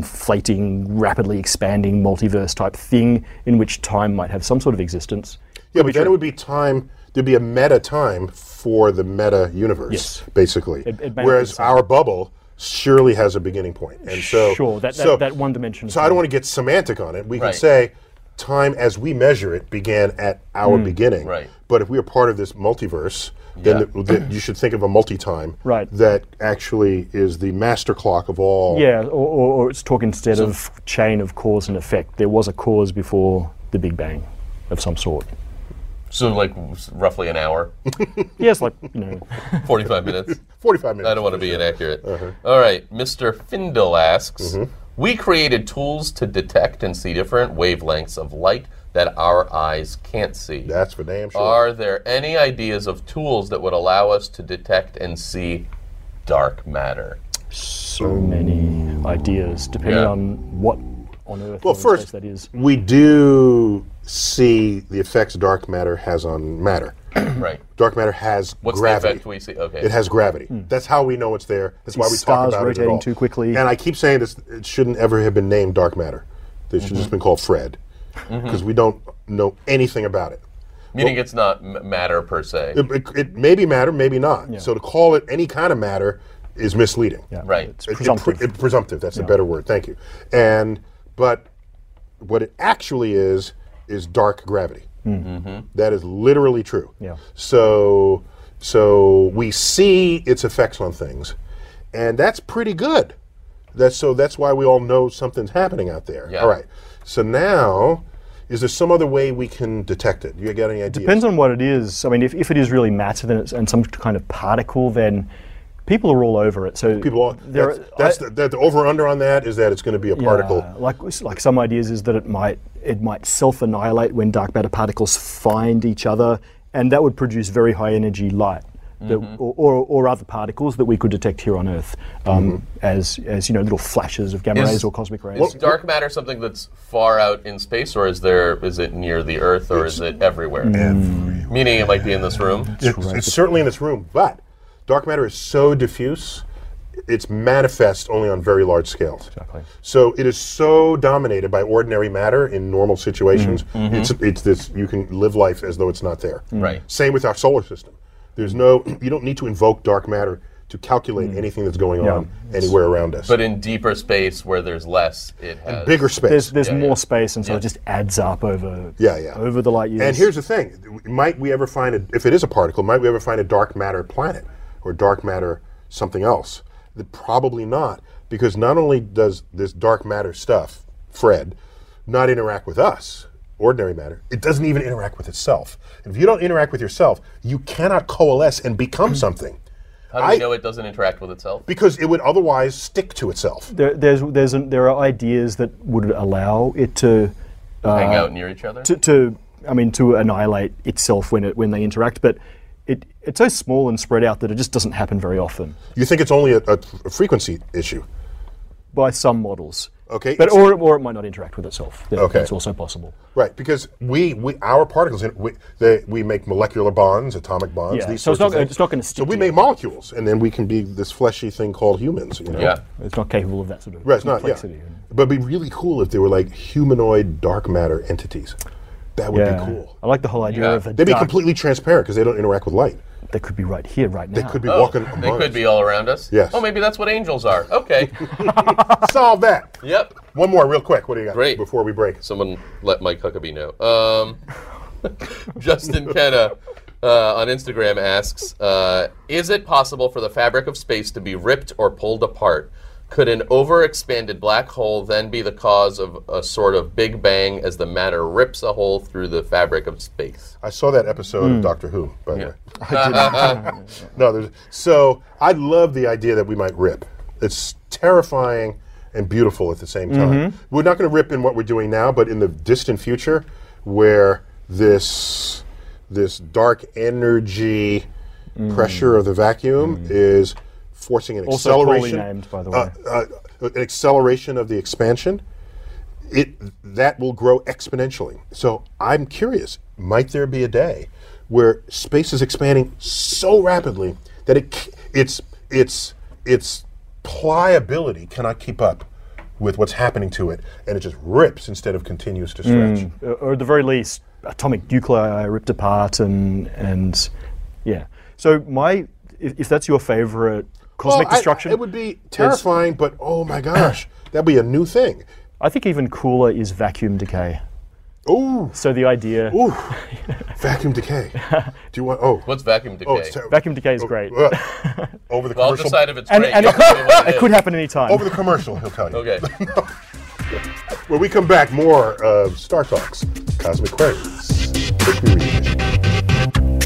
inflating, rapidly expanding multiverse type thing in which time might have some sort of existence.
Yeah, but then it would be time. There'd be a meta time for the meta universe,
Yes.
basically.
it might not be the
Whereas
same.
our bubble surely has a beginning point, and so
sure, that, that,
so,
that one dimension.
So I don't want to get semantic on it. We can
Right.
say time as we measure it began at
Hmm.
our beginning.
Right.
But if we are part of this multiverse, then,
Yeah.
the, then you should think of a multi-time
Right.
that actually is the master clock of all.
Yeah, or, or, or it's talk instead of chain of cause and effect. There was a cause before the Big Bang of some sort.
So, like, s- roughly an hour,
Yes, like, you know,
45 minutes.
Forty-five minutes.
I don't want to be inaccurate.
Uh-huh.
All right, Mr. Findle asks
Mm-hmm.
We created tools to detect and see different wavelengths of light that our eyes can't see.
That's for damn sure.
Are there any ideas of tools that would allow us to detect and see dark matter?
so many ideas depending
Yeah.
on what on earth
Well,
or in space
first,
that is.
we do see the effects dark matter has on matter.
Right.
Dark matter has
What's
gravity.
the effect we see? Okay.
It has gravity. That's how we know it's there. That's why we
Hmm. stars
talk about it at
rotating
all.
too quickly.
And I keep saying this: it shouldn't ever have been named dark matter. It should have
Mm-hmm.
just been called Fred, because
Mm-hmm.
we don't know anything about it.
Meaning it's not m- matter per se.
It, it, it may be matter, maybe not. So to call it any kind of matter is misleading.
Yeah,
Right.
It's
It- it pre-
presumptive.
it- presumptive. That's a better word. Thank you. And but what it actually is is dark gravity. That is literally true.
Mm-hmm. Yeah.
So, so we see its effects on things, and that's pretty good. That's so. That's why we all know something's happening out there.
Yeah.
All right. So now, is there some other way we can detect it? You got any ideas?
Depends on what it is. I mean, if, if it is really matter then it's, and some kind of particle, then people are all over it. So
People, all,
there
that's,
are-
that's
I-
the, that the over under on that is that it's going to be a particle.
Yeah, like like some ideas is that it might it might self annihilate when dark matter particles find each other, and that would produce very high energy light. That,
Mm-hmm.
or, or, or other particles that we could detect here on Earth um,
Mm-hmm.
as, as you know little flashes of gamma
Is-
rays or cosmic rays.
Is dark matter something that's far out in space, or is there is it near the Earth, or is it everywhere? Meaning it might be in this room.
It's, it's certainly in this room, but dark matter is so diffuse, it's manifest only on very large scales. Exactly. So it is so dominated by ordinary matter in normal situations. It's, it's this you can live life as though it's not there.
Right.
Same with our solar system. There's no you don't need to invoke dark matter to calculate anything that's going on anywhere around us.
But in deeper space where there's less, it has.
bigger space.
There's there's
Yeah,
more
yeah.
space, and so it just adds up over
Yeah, yeah.
over the light years.
And here's the thing: might we ever find a, if it is a particle, might we ever find a dark matter planet or dark matter something else? The, probably not, because not only does this dark matter stuff, Fred, not interact with us, ordinary matter, it doesn't even interact with itself. If you don't interact with yourself, you cannot coalesce and become something,
How do we
I-
know it doesn't interact with itself?
because it would otherwise stick to itself.
there, there's there's an, there are ideas that would allow it to
Hang out near each other?
to, to I mean to annihilate itself when it when they interact, but it it's so small and spread out that it just doesn't happen very often
You think it's only a, a, a frequency issue?
by some models.
Okay,
but
it's-
or, or it might not interact with itself. That-
Okay.
that's also possible.
Right, because we, we our particles we, they, we make molecular bonds, atomic bonds.
Yeah,
These
so it's
sorts of
not-
things.
it's not gonna
So
stick
we
to
make
you.
molecules, and then we can be this fleshy thing called humans. You know?
yeah.
It's not capable of that sort of
right. It's not. Yeah,
complexity. and-
but it'd be really cool if they were like humanoid dark matter entities. That would be cool.
I like the whole idea
Yeah.
of a
They'd be
dark-
completely transparent because they don't interact with light.
They could be right here, right now.
They could be walking.
Oh,
Among
they could
us.
be all around us.
Yes.
Oh, maybe that's what angels are. Okay.
Solve that.
yep.
One more, real quick. What do you got?
Great.
Before we break.
Someone let Mike Huckabee know. Um, Justin Kenna uh, on Instagram asks uh, Is it possible for the fabric of space to be ripped or pulled apart? Could an overexpanded black hole then be the cause of a sort of big bang as the matter rips a hole through the fabric of space?
I saw that episode
Hmm.
of Doctor Who, by the way. no, there's, so I love the idea that we might rip. It's terrifying and beautiful at the same
Mm-hmm.
time. We're not going to rip in what we're doing now, but in the distant future, where this this dark energy pressure of the vacuum is forcing an
Mm. Also poorly
acceleration,
named, by the
uh, uh, an acceleration of the expansion it that will grow exponentially. So I'm curious, might there be a day where space is expanding so rapidly that it c- its its its pliability cannot keep up with what's happening to it and it just rips instead of continues to stretch.
or- or at the very least, atomic nuclei ripped apart, and and yeah. So my, if, if that's your favorite
Well,
cosmic
I-
destruction,
it would be terrifying, but oh my gosh, that'd be a new thing.
I think even cooler is vacuum decay.
Ooh,
So the idea,
ooh, vacuum decay. Do you want? Oh,
What's vacuum decay?
oh it's ter-
vacuum decay is great,
uh, over the
well, I'll
commercial.
decide if it's
and,
great.
and
You
it, could,
tell me what
it could happen any time.
over the commercial, he'll tell you.
is. Okay.
When we come back, more of Star Talks, Cosmic Queries. Mercury Revision.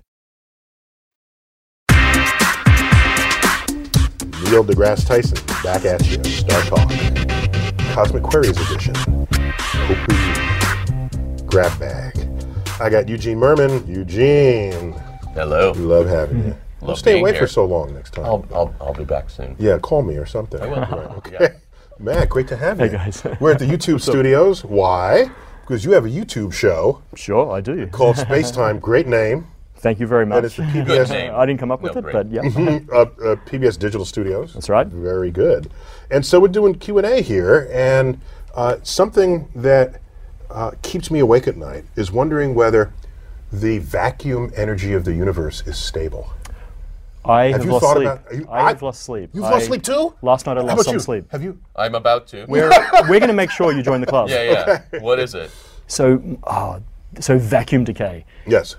Neil deGrasse Tyson, back at you. Star Talk. Cosmic Queries Edition. Hope we- Grab bag. I got Eugene Merman. Eugene, we
Hello.
love having you. Don't
Mm-hmm. Love
stay
being
away for
here.
so long next time.
I'll, I'll, I'll be back soon.
Yeah, call me or something. I
will.
okay. Matt, great to have you.
guys.
We're at the YouTube studios. Why? because you have a YouTube show
Sure, I do.
called Space Time. Great name.
Thank you very much.
And it's a PBS,
name.
I didn't come up with
No,
it,
great.
but yeah.
uh, uh, PBS Digital Studios.
That's right.
Very good. And so we're doing Q and A here, and uh, something that uh, keeps me awake at night is wondering whether the vacuum energy of the universe is stable.
I have,
Have you
lost
thought
sleep.
about? you-
I have lost sleep.
You've
I-
lost sleep too.
Last night I
How
lost
about
some
you?
sleep.
Have you?
I'm about to.
We're, we're going to make sure you join the club.
Yeah, yeah. What is it?
So, oh, so vacuum decay.
Yes.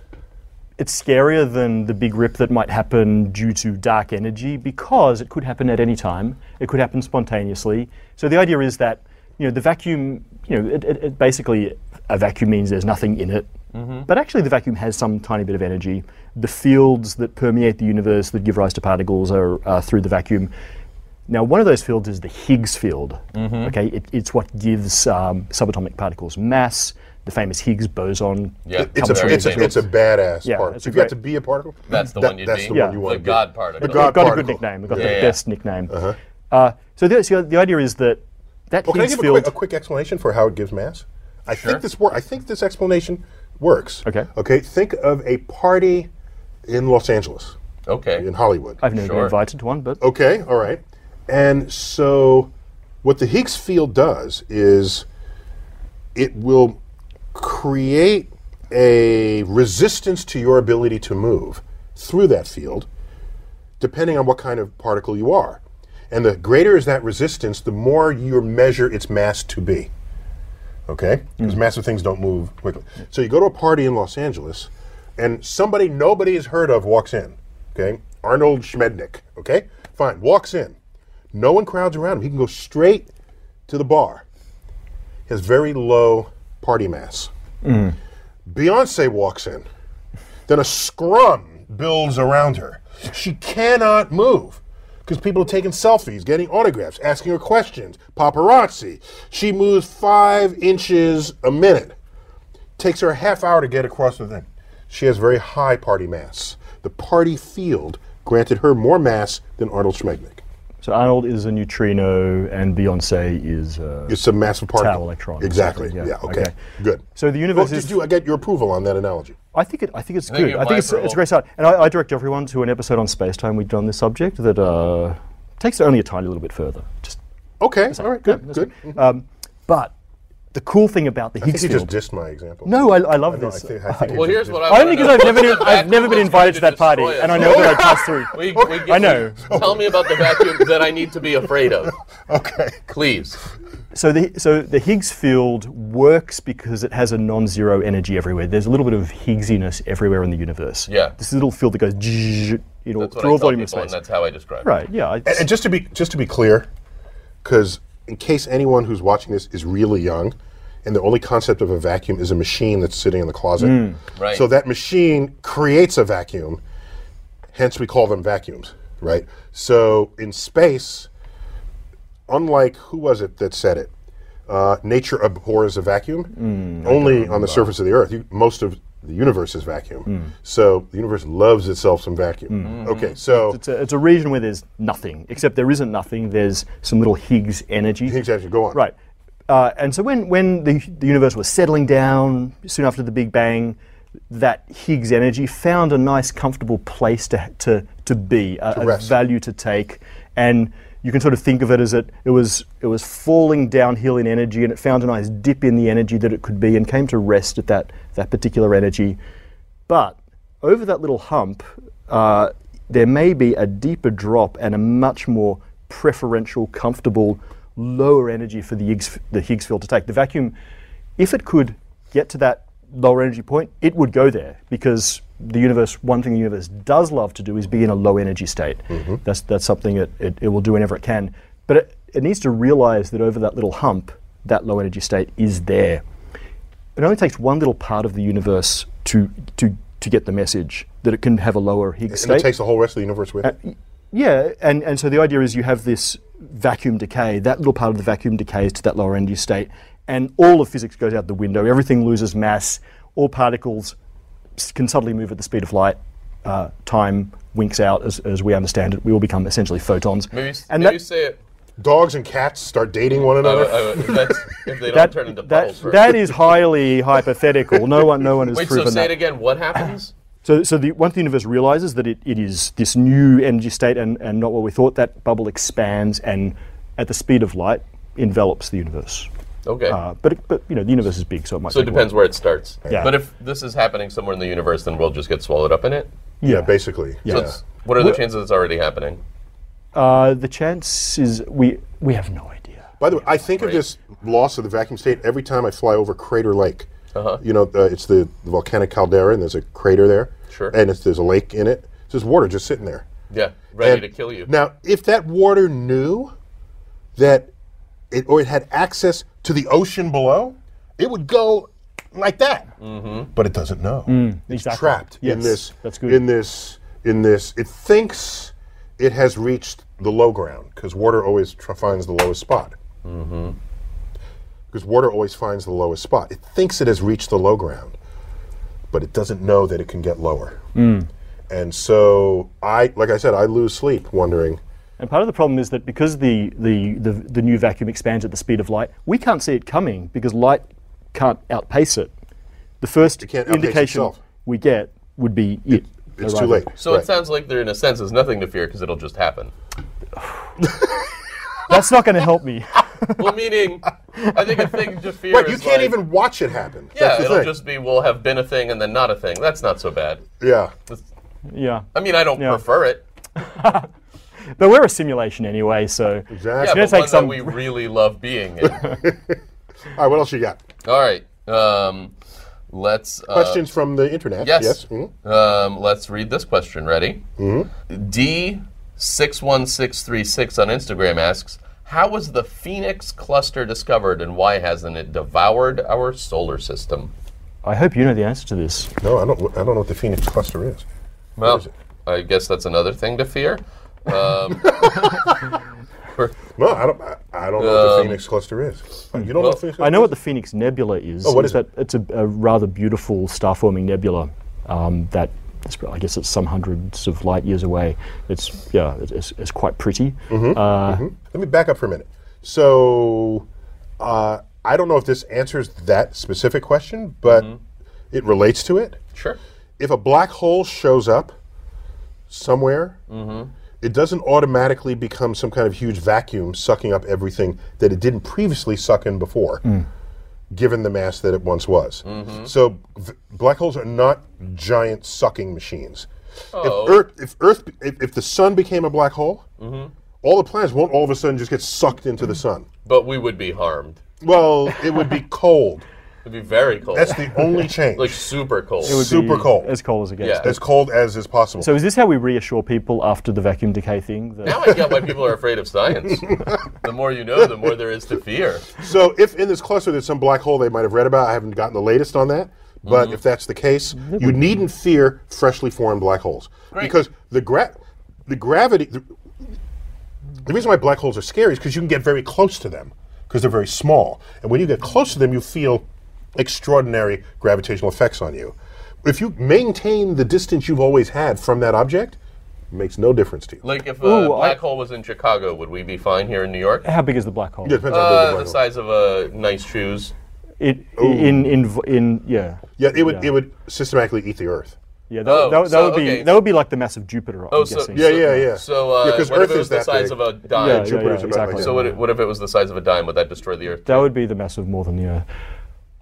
It's scarier than the big rip that might happen due to dark energy because it could happen at any time. It could happen spontaneously. So the idea is that you know the vacuum. You know, it, it, it basically a vacuum means there's nothing in it. But actually, the vacuum has some tiny bit of energy. The fields that permeate the universe that give rise to particles are uh, through the vacuum. Now, one of those fields is the Higgs field. Okay, it, it's what gives um, subatomic particles mass. The famous Higgs boson.
Yeah,
It's a,
very
it's, a,
famous.
it's a badass
Yeah,
particle.
it's
If
a
you have
great-
to be a particle,
That's the
that-
one you'd
that's
be.
the
Yeah.
one you
the
want to
God
be.
particle.
The God
We've got a
particle. Uh-huh.
good nickname. We've got
Yeah,
the
yeah.
best nickname. Uh, so, the, so the idea is that that
Well, can I
Higgs
give a quick,
field.
a quick explanation for how it gives mass? I
Sure.
think this wor- I think this explanation works.
Okay.
Okay. Think of a party in Los Angeles,
Okay.
in Hollywood.
I've never
Sure.
been invited to one, but
Okay. All right. And so, what the Higgs field does is it will create a resistance to your ability to move through that field, depending on what kind of particle you are. And the greater is that resistance, the more you measure its mass to be. Okay? Because massive things don't move quickly. So you go to a party in Los Angeles, and somebody nobody has heard of walks in. Okay? Arnold Schmednick. Okay? Fine. Walks in. No one crowds around him. He can go straight to the bar. He has very low party mass. Beyonce walks in. Then a scrum builds around her. She cannot move because people are taking selfies, getting autographs, asking her questions. Paparazzi. She moves five inches a minute. Takes her a half hour to get across the thing. She has very high party mass. The party field granted her more mass than Arnold Schmegnick.
so Arnold is a neutrino and Beyonce is. Uh,
It's a massive particle.
Tau electron or
Exactly.
something,
Yeah.
yeah.
okay.
Okay.
Good.
so the
Well,
universe
did
is.
you, I get your approval on that analogy.
I think it. I think it's
I think
good.
you
I think
apply
it's,
for
it's a
all.
great start. And I, I direct everyone to an episode on Space Time we've done this subject that uh, takes it only a tiny little bit further. Just
Okay. All right. Good.
that's
good.
Um, but the cool thing about the
I think
Higgs
you just
field.
dissed my example.
No, I, I love
No, I
this.
think, I think you
Well,
just
here's
dissed-
what I
I
want
only
to
because
know.
I've never, been, I've
Vacuum
never been
is going
invited to that party,
destroy us.
and I know that I passed through.
We, we get
I know.
to- Tell me about the vacuum that I need to be afraid of,
Okay.
please.
So the so the Higgs field works because it has a non-zero energy everywhere. There's a little bit of Higgsiness everywhere in the universe.
Yeah.
This little field that goes zzzz in all,
That's what
through
I
all
tell
volume of
people, and
space.
that's how I describe it.
Right. Yeah. I-
And, and just to be just to be clear, because in case anyone who's watching this is really young, and the only concept of a vacuum is a machine that's sitting in the closet.
Right.
So that machine creates a vacuum. Hence, we call them vacuums, right? So in space, unlike who was it that said it? Uh, nature abhors a vacuum. only on the surface of the Earth. You, most of the universe is vacuum. So the universe loves itself some vacuum. Okay, so
it's, a, it's a region where there's nothing, except there isn't nothing. There's some little Higgs energy.
Higgs energy, go on.
Right. Uh, and so when, when the, the universe was settling down soon after the Big Bang, that Higgs energy found a nice, comfortable place to, to, to be, a, a
rest.
value to take. And you can sort of think of it as it, it, was, it was falling downhill in energy and it found a nice dip in the energy that it could be and came to rest at that, that particular energy. But over that little hump, uh, there may be a deeper drop and a much more preferential, comfortable, lower energy for the Higgs, the Higgs field to take. The vacuum, if it could get to that lower energy point, it would go there because the universe, one thing the universe does love to do is be in a low energy state. That's, that's something it, it, it will do whenever it can. But it, it needs to realize that over that little hump, that low energy state is there it only takes one little part of the universe to to to get the message that it can have a lower Higgs
and it
state.
takes the whole rest of the universe with it.
yeah, and, and so the idea is you have this vacuum decay. That little part of the vacuum decays to that lower energy state, and all of physics goes out the window. Everything loses mass. All particles s- can suddenly move at the speed of light. Uh, time winks out as, as we understand it. We all become essentially photons.
Maybe, s-
and
maybe
that,
say it
Dogs and cats start dating one
I
another.
would- I would- that's, if they don't
That,
turn into
that,
puddles first.
that is highly hypothetical. No one, no one has
Wait, so
proven
say
that.
it again. What happens?
So, so the, once the universe realizes that it, it is this new energy state and, and not what we thought, that bubble expands and, at the speed of light, envelops the universe.
Okay.
Uh, but, it, but you know, the universe is big, so it might.
so it
take a while.
depends where it starts.
Yeah.
But if this is happening somewhere in the universe, then we'll just get swallowed up in it.
yeah, basically.
So
Yeah.
it's- what are the chances it's already happening?
Uh, the chance is we we have no idea.
By the way, I think of this loss of the vacuum state every time I fly over Crater Lake. You know, uh, it's the, the volcanic caldera, and there's a crater there.
Sure.
And it's, there's a lake in it. It's just water just sitting there.
Yeah, ready
And
to kill you.
Now, if that water knew that it or it had access to the ocean below, it would go like that. But it doesn't know. It's
exactly.
trapped in
Yes,
this.
that's good.
In this. In this. It thinks it has reached the low ground because water always tr- finds the lowest spot.
Mm-hmm.
Because water always finds the lowest spot. It thinks it has reached the low ground, but it doesn't know that it can get lower.
Mm.
And so I, like I said, I lose sleep wondering.
And part of the problem is that because the, the, the, the new vacuum expands at the speed of light, we can't see it coming because light can't outpace it. The first
can't outpace
indication
itself.
we get would be it.
It's too
arriving.
late.
So
Right.
it sounds like there, in a sense, is nothing to fear because it'll just happen.
That's not going to help me.
well, meaning, I think a thing to fear
Right, you
is
can't
like,
even watch it happen. That's
Yeah,
the
it'll
thing.
just be we'll have been a thing and then not a thing. That's not so bad.
yeah.
yeah.
I mean, I don't
Yeah.
prefer it.
But we're a simulation anyway, so.
Yeah,
Exactly.
gonna
but
take
one
some-
that we really love being in.
All right, what else you got?
All right, um, let's uh,
Questions from the internet?
Yes.
mhm.
Um, let's read this question. Ready? Mm-hmm. D61636 on Instagram asks How was the Phoenix cluster discovered and why hasn't it devoured our solar system?
I hope you know the answer to this.
No, I don't. I don't know what the Phoenix Cluster is.
Well,
is it?
I guess that's another thing to fear.
No, I don't. I, I don't know what the Phoenix Cluster is. You don't know what the Phoenix
Um, hmm. I
Cluster
know what the Phoenix Nebula is.
Oh, what is
that? It's a, a rather beautiful star-forming nebula um, that is, I guess it's some hundreds of light years away. It's yeah, it- it's, it's quite pretty.
Mm-hmm.
Uh,
Let me back up for a minute. So, uh, I don't know if this answers that specific question, but
Mm-hmm.
it relates to it.
Sure.
If a black hole shows up somewhere, it doesn't automatically become some kind of huge vacuum sucking up everything that it didn't previously suck in before,
Mm.
given the mass that it once was. So, v- black holes are not giant sucking machines. If Earth, if Earth, if, if the sun became a black hole, all the planets won't all of a sudden just get sucked into the sun.
But we would be harmed.
Well, it would be cold.
It'd be very cold.
That's the only change.
like super cold.
super cold.
As cold as it gets.
Yeah.
as cold as is possible.
So is this how we reassure people after the vacuum decay thing? That
now I get why people are afraid of science. the more you know, the more there is to fear.
So, if in this cluster there's some black hole they might have read about, I haven't gotten the latest on that. But
Mm-hmm.
if that's the case, you needn't fear freshly formed black holes because the gra- the gravity. The, the reason why black holes are scary is because you can get very close to them because they're very small, and when you get close to them, you feel extraordinary gravitational effects on you. If you maintain the distance you've always had from that object, it makes no difference to you.
Like if a
Ooh, I-
black hole was in Chicago, would we be fine here in New York?
how big is the black hole?
It depends on
Uh,
big
the
black hole.
size of a nice shoes.
It, in, in v- in yeah.
Yeah, it would it would systematically eat the Earth.
Yeah, that,
Oh,
that, that
so,
would be
okay. Oh,
that would be like the mass of Jupiter. I'm
so-
guessing.
Yeah, yeah, yeah.
So uh,
Yeah, 'cause
what
Earth
if it
is
was the
that
size
big.
of a dime?
Yeah, yeah,
Jupiter's about
exactly.
like
So
that.
what, if- what if it was the size of a dime? Would that destroy the Earth?
That would be the mass of more than the Earth.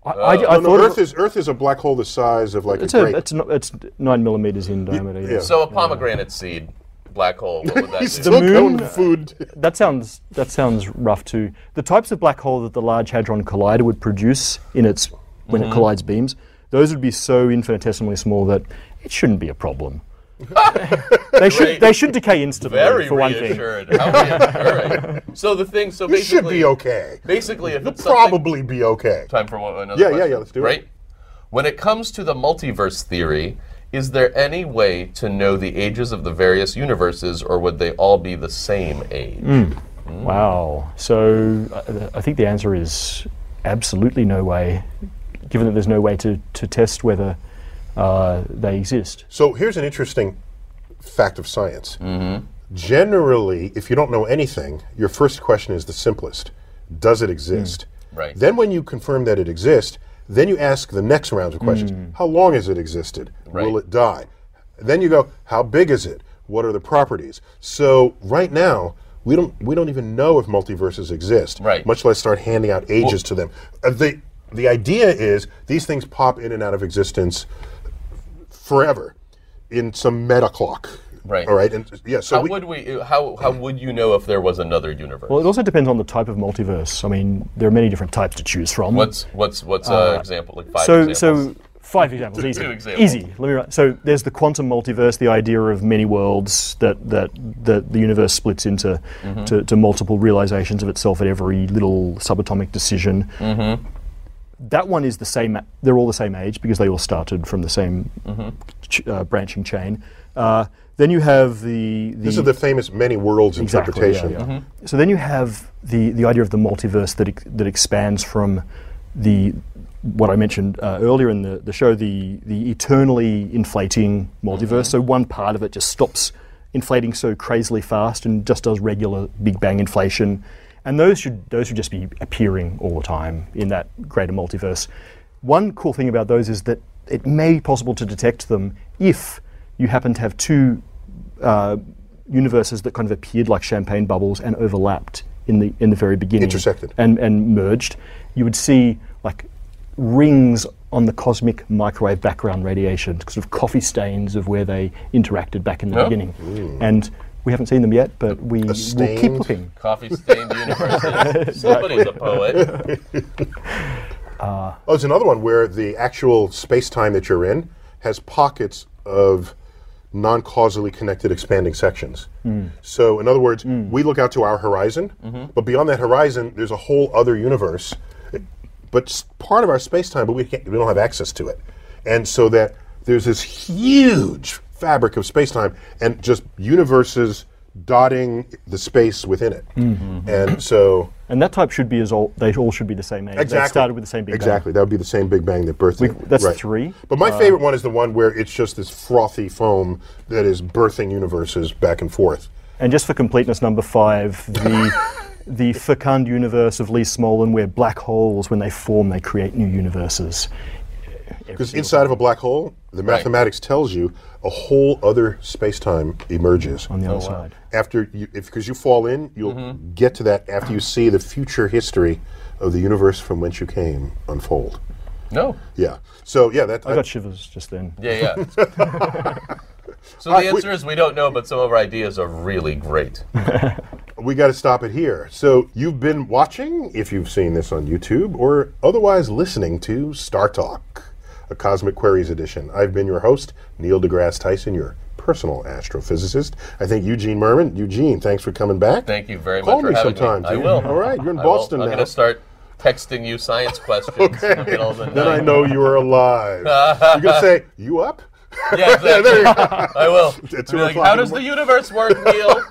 I,
Uh,
I, I
No,
thought
no,
it
Earth
wa-
is Earth is a black hole the size of like
it's
a
a,
grape.
it's, no, it's nine millimeters in diameter. yeah.
yeah.
So a pomegranate seed black hole. What would that
He's
do?
still
moon-
going food.
That sounds that sounds rough too. The types of black hole that the Large Hadron Collider would produce in its when
Mm-hmm.
it collides beams, those would be so infinitesimally small that it shouldn't be a problem. they should
Great.
they should decay instantly
Very
for one thing.
reassured. How reassuring. So the thing. So
It should
basically,
be okay.
Basically, if it's something-
Probably be okay.
time for one, another.
Yeah, yeah,
question,
yeah, let's do it.
Right. When it comes to the multiverse theory, is there any way to know the ages of the various universes, or would they all be the same age?
Wow. So I, I think the answer is absolutely no way, given that there's no way to, to test whether uh, they exist.
So here's an interesting fact of science. Generally, if you don't know anything, your first question is the simplest Does it exist?
Hmm. Right.
Then, when you confirm that it exists, then you ask the next rounds of questions How long has it existed? Will
Hmm. Right.
it die? Then you go, How big is it? What are the properties? So, right now, we don't, we don't even know if multiverses exist,
Right.
much less start handing out ages to them. Uh, the, the idea is these things pop in and out of existence forever in some meta clock.
Right.
All right. And yeah, so
How
we,
would we? How how would you know if there was another universe?
Well, it also depends on the type of multiverse. I mean, there are many different types to choose from.
what's what's what's uh, example like five
so,
examples?
so five examples, easy,
examples.
easy. Let me write. So there's the quantum multiverse, the idea of many worlds that that, that the universe splits into
Mm-hmm.
to, to multiple realizations of itself at every little subatomic decision.
Mm-hmm.
That one is the same. They're all the same age because they all started from the same
Mm-hmm.
ch- uh, branching chain. Uh, then you have the, the
this is the famous many worlds
Exactly, yeah,
interpretation.
yeah. So then you have the, the idea of the multiverse that, ex- that expands from the what I mentioned uh, earlier in the, the show, the, the eternally inflating multiverse. So one part of it just stops inflating so crazily fast and just does regular Big Bang inflation. And those should those should just be appearing all the time in that greater multiverse. One cool thing about those is that it may be possible to detect them if you happen to have two uh, universes that kind of appeared like champagne bubbles and overlapped in the in the very beginning,
Intersected.
and and merged. You would see like rings on the cosmic microwave background radiation, sort of coffee stains of where they interacted back in the
Yeah.
beginning, and. We haven't seen them yet, but we will keep
stained-
looking.
coffee stained universes. Somebody's a poet.
Oh, it's another one where the actual space time that you're in has pockets of non causally connected expanding sections.
Hmm.
So, in other words, we look out to our horizon,
Mm-hmm.
but beyond that horizon, there's a whole other universe, but s- part of our space time, but we, can't, we don't have access to it. And so that there's this huge fabric of space time and just universes dotting the space within it.
Mm-hmm.
And so.
And that type should be as all, they all should be the same age. They started with the same big bang.
Exactly. That would be the same Big Bang that birthed
We-
it.
that's three.
But my favorite one is the one where it's just this frothy foam that is birthing universes back and forth.
And just for completeness, number five, the the fecund universe of Lee Smolin, where black holes, when they form, they create new universes.
Because inside of a black hole, the mathematics tells you a whole other space-time emerges.
On the other side, Mm-hmm.
After you, if because you fall in, you'll get to that after you see the future history of the universe from whence you came unfold.
No.
Yeah. So yeah, that
I got shivers just then.
Yeah, yeah. So the
Alright, we-
answer is we don't know, but some of our ideas are really great.
we got to stop it here. So you've been watching, if you've seen this on YouTube, or otherwise listening to Star Talk, a Cosmic Queries edition. I've been your host, Neil deGrasse Tyson, your personal astrophysicist. I think Eugene Merman. Eugene, thanks for coming back.
Thank you very
Call
much for
me
having
sometime,
me. I
dude.
will.
All right, you're in
I will.
Boston
I'm
now.
going to start texting you science questions. in the middle of the
Then I
night.
know you are alive. You're gonna say, "You up?"
Yeah, exactly.
there you go.
I will.
At two
I'll be like,
o'clock
How
in the
does the
morning."
universe work, Neil?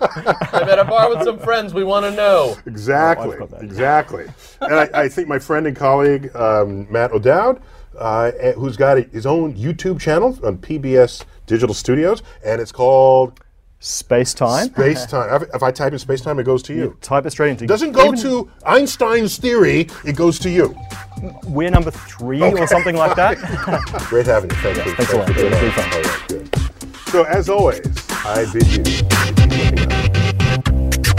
I'm at a bar with some friends. We want to know.
Exactly.
got that.
Exactly. and I, I think my friend and colleague um, Matt O'Dowd, uh, eh, who's got a- his own YouTube channel on PBS Digital Studios, and it's called
Space time.
Space Time. If- If I type in Space Time, it goes to you.
Type it straight into.
Doesn't go
even-
to Einstein's theory; it goes to you.
We're number three or something like that.
Great having you. Thank you.
thanks a lot.
for being
It
on.
was really fun.
All right, good. So, as always, I bid you keep looking up.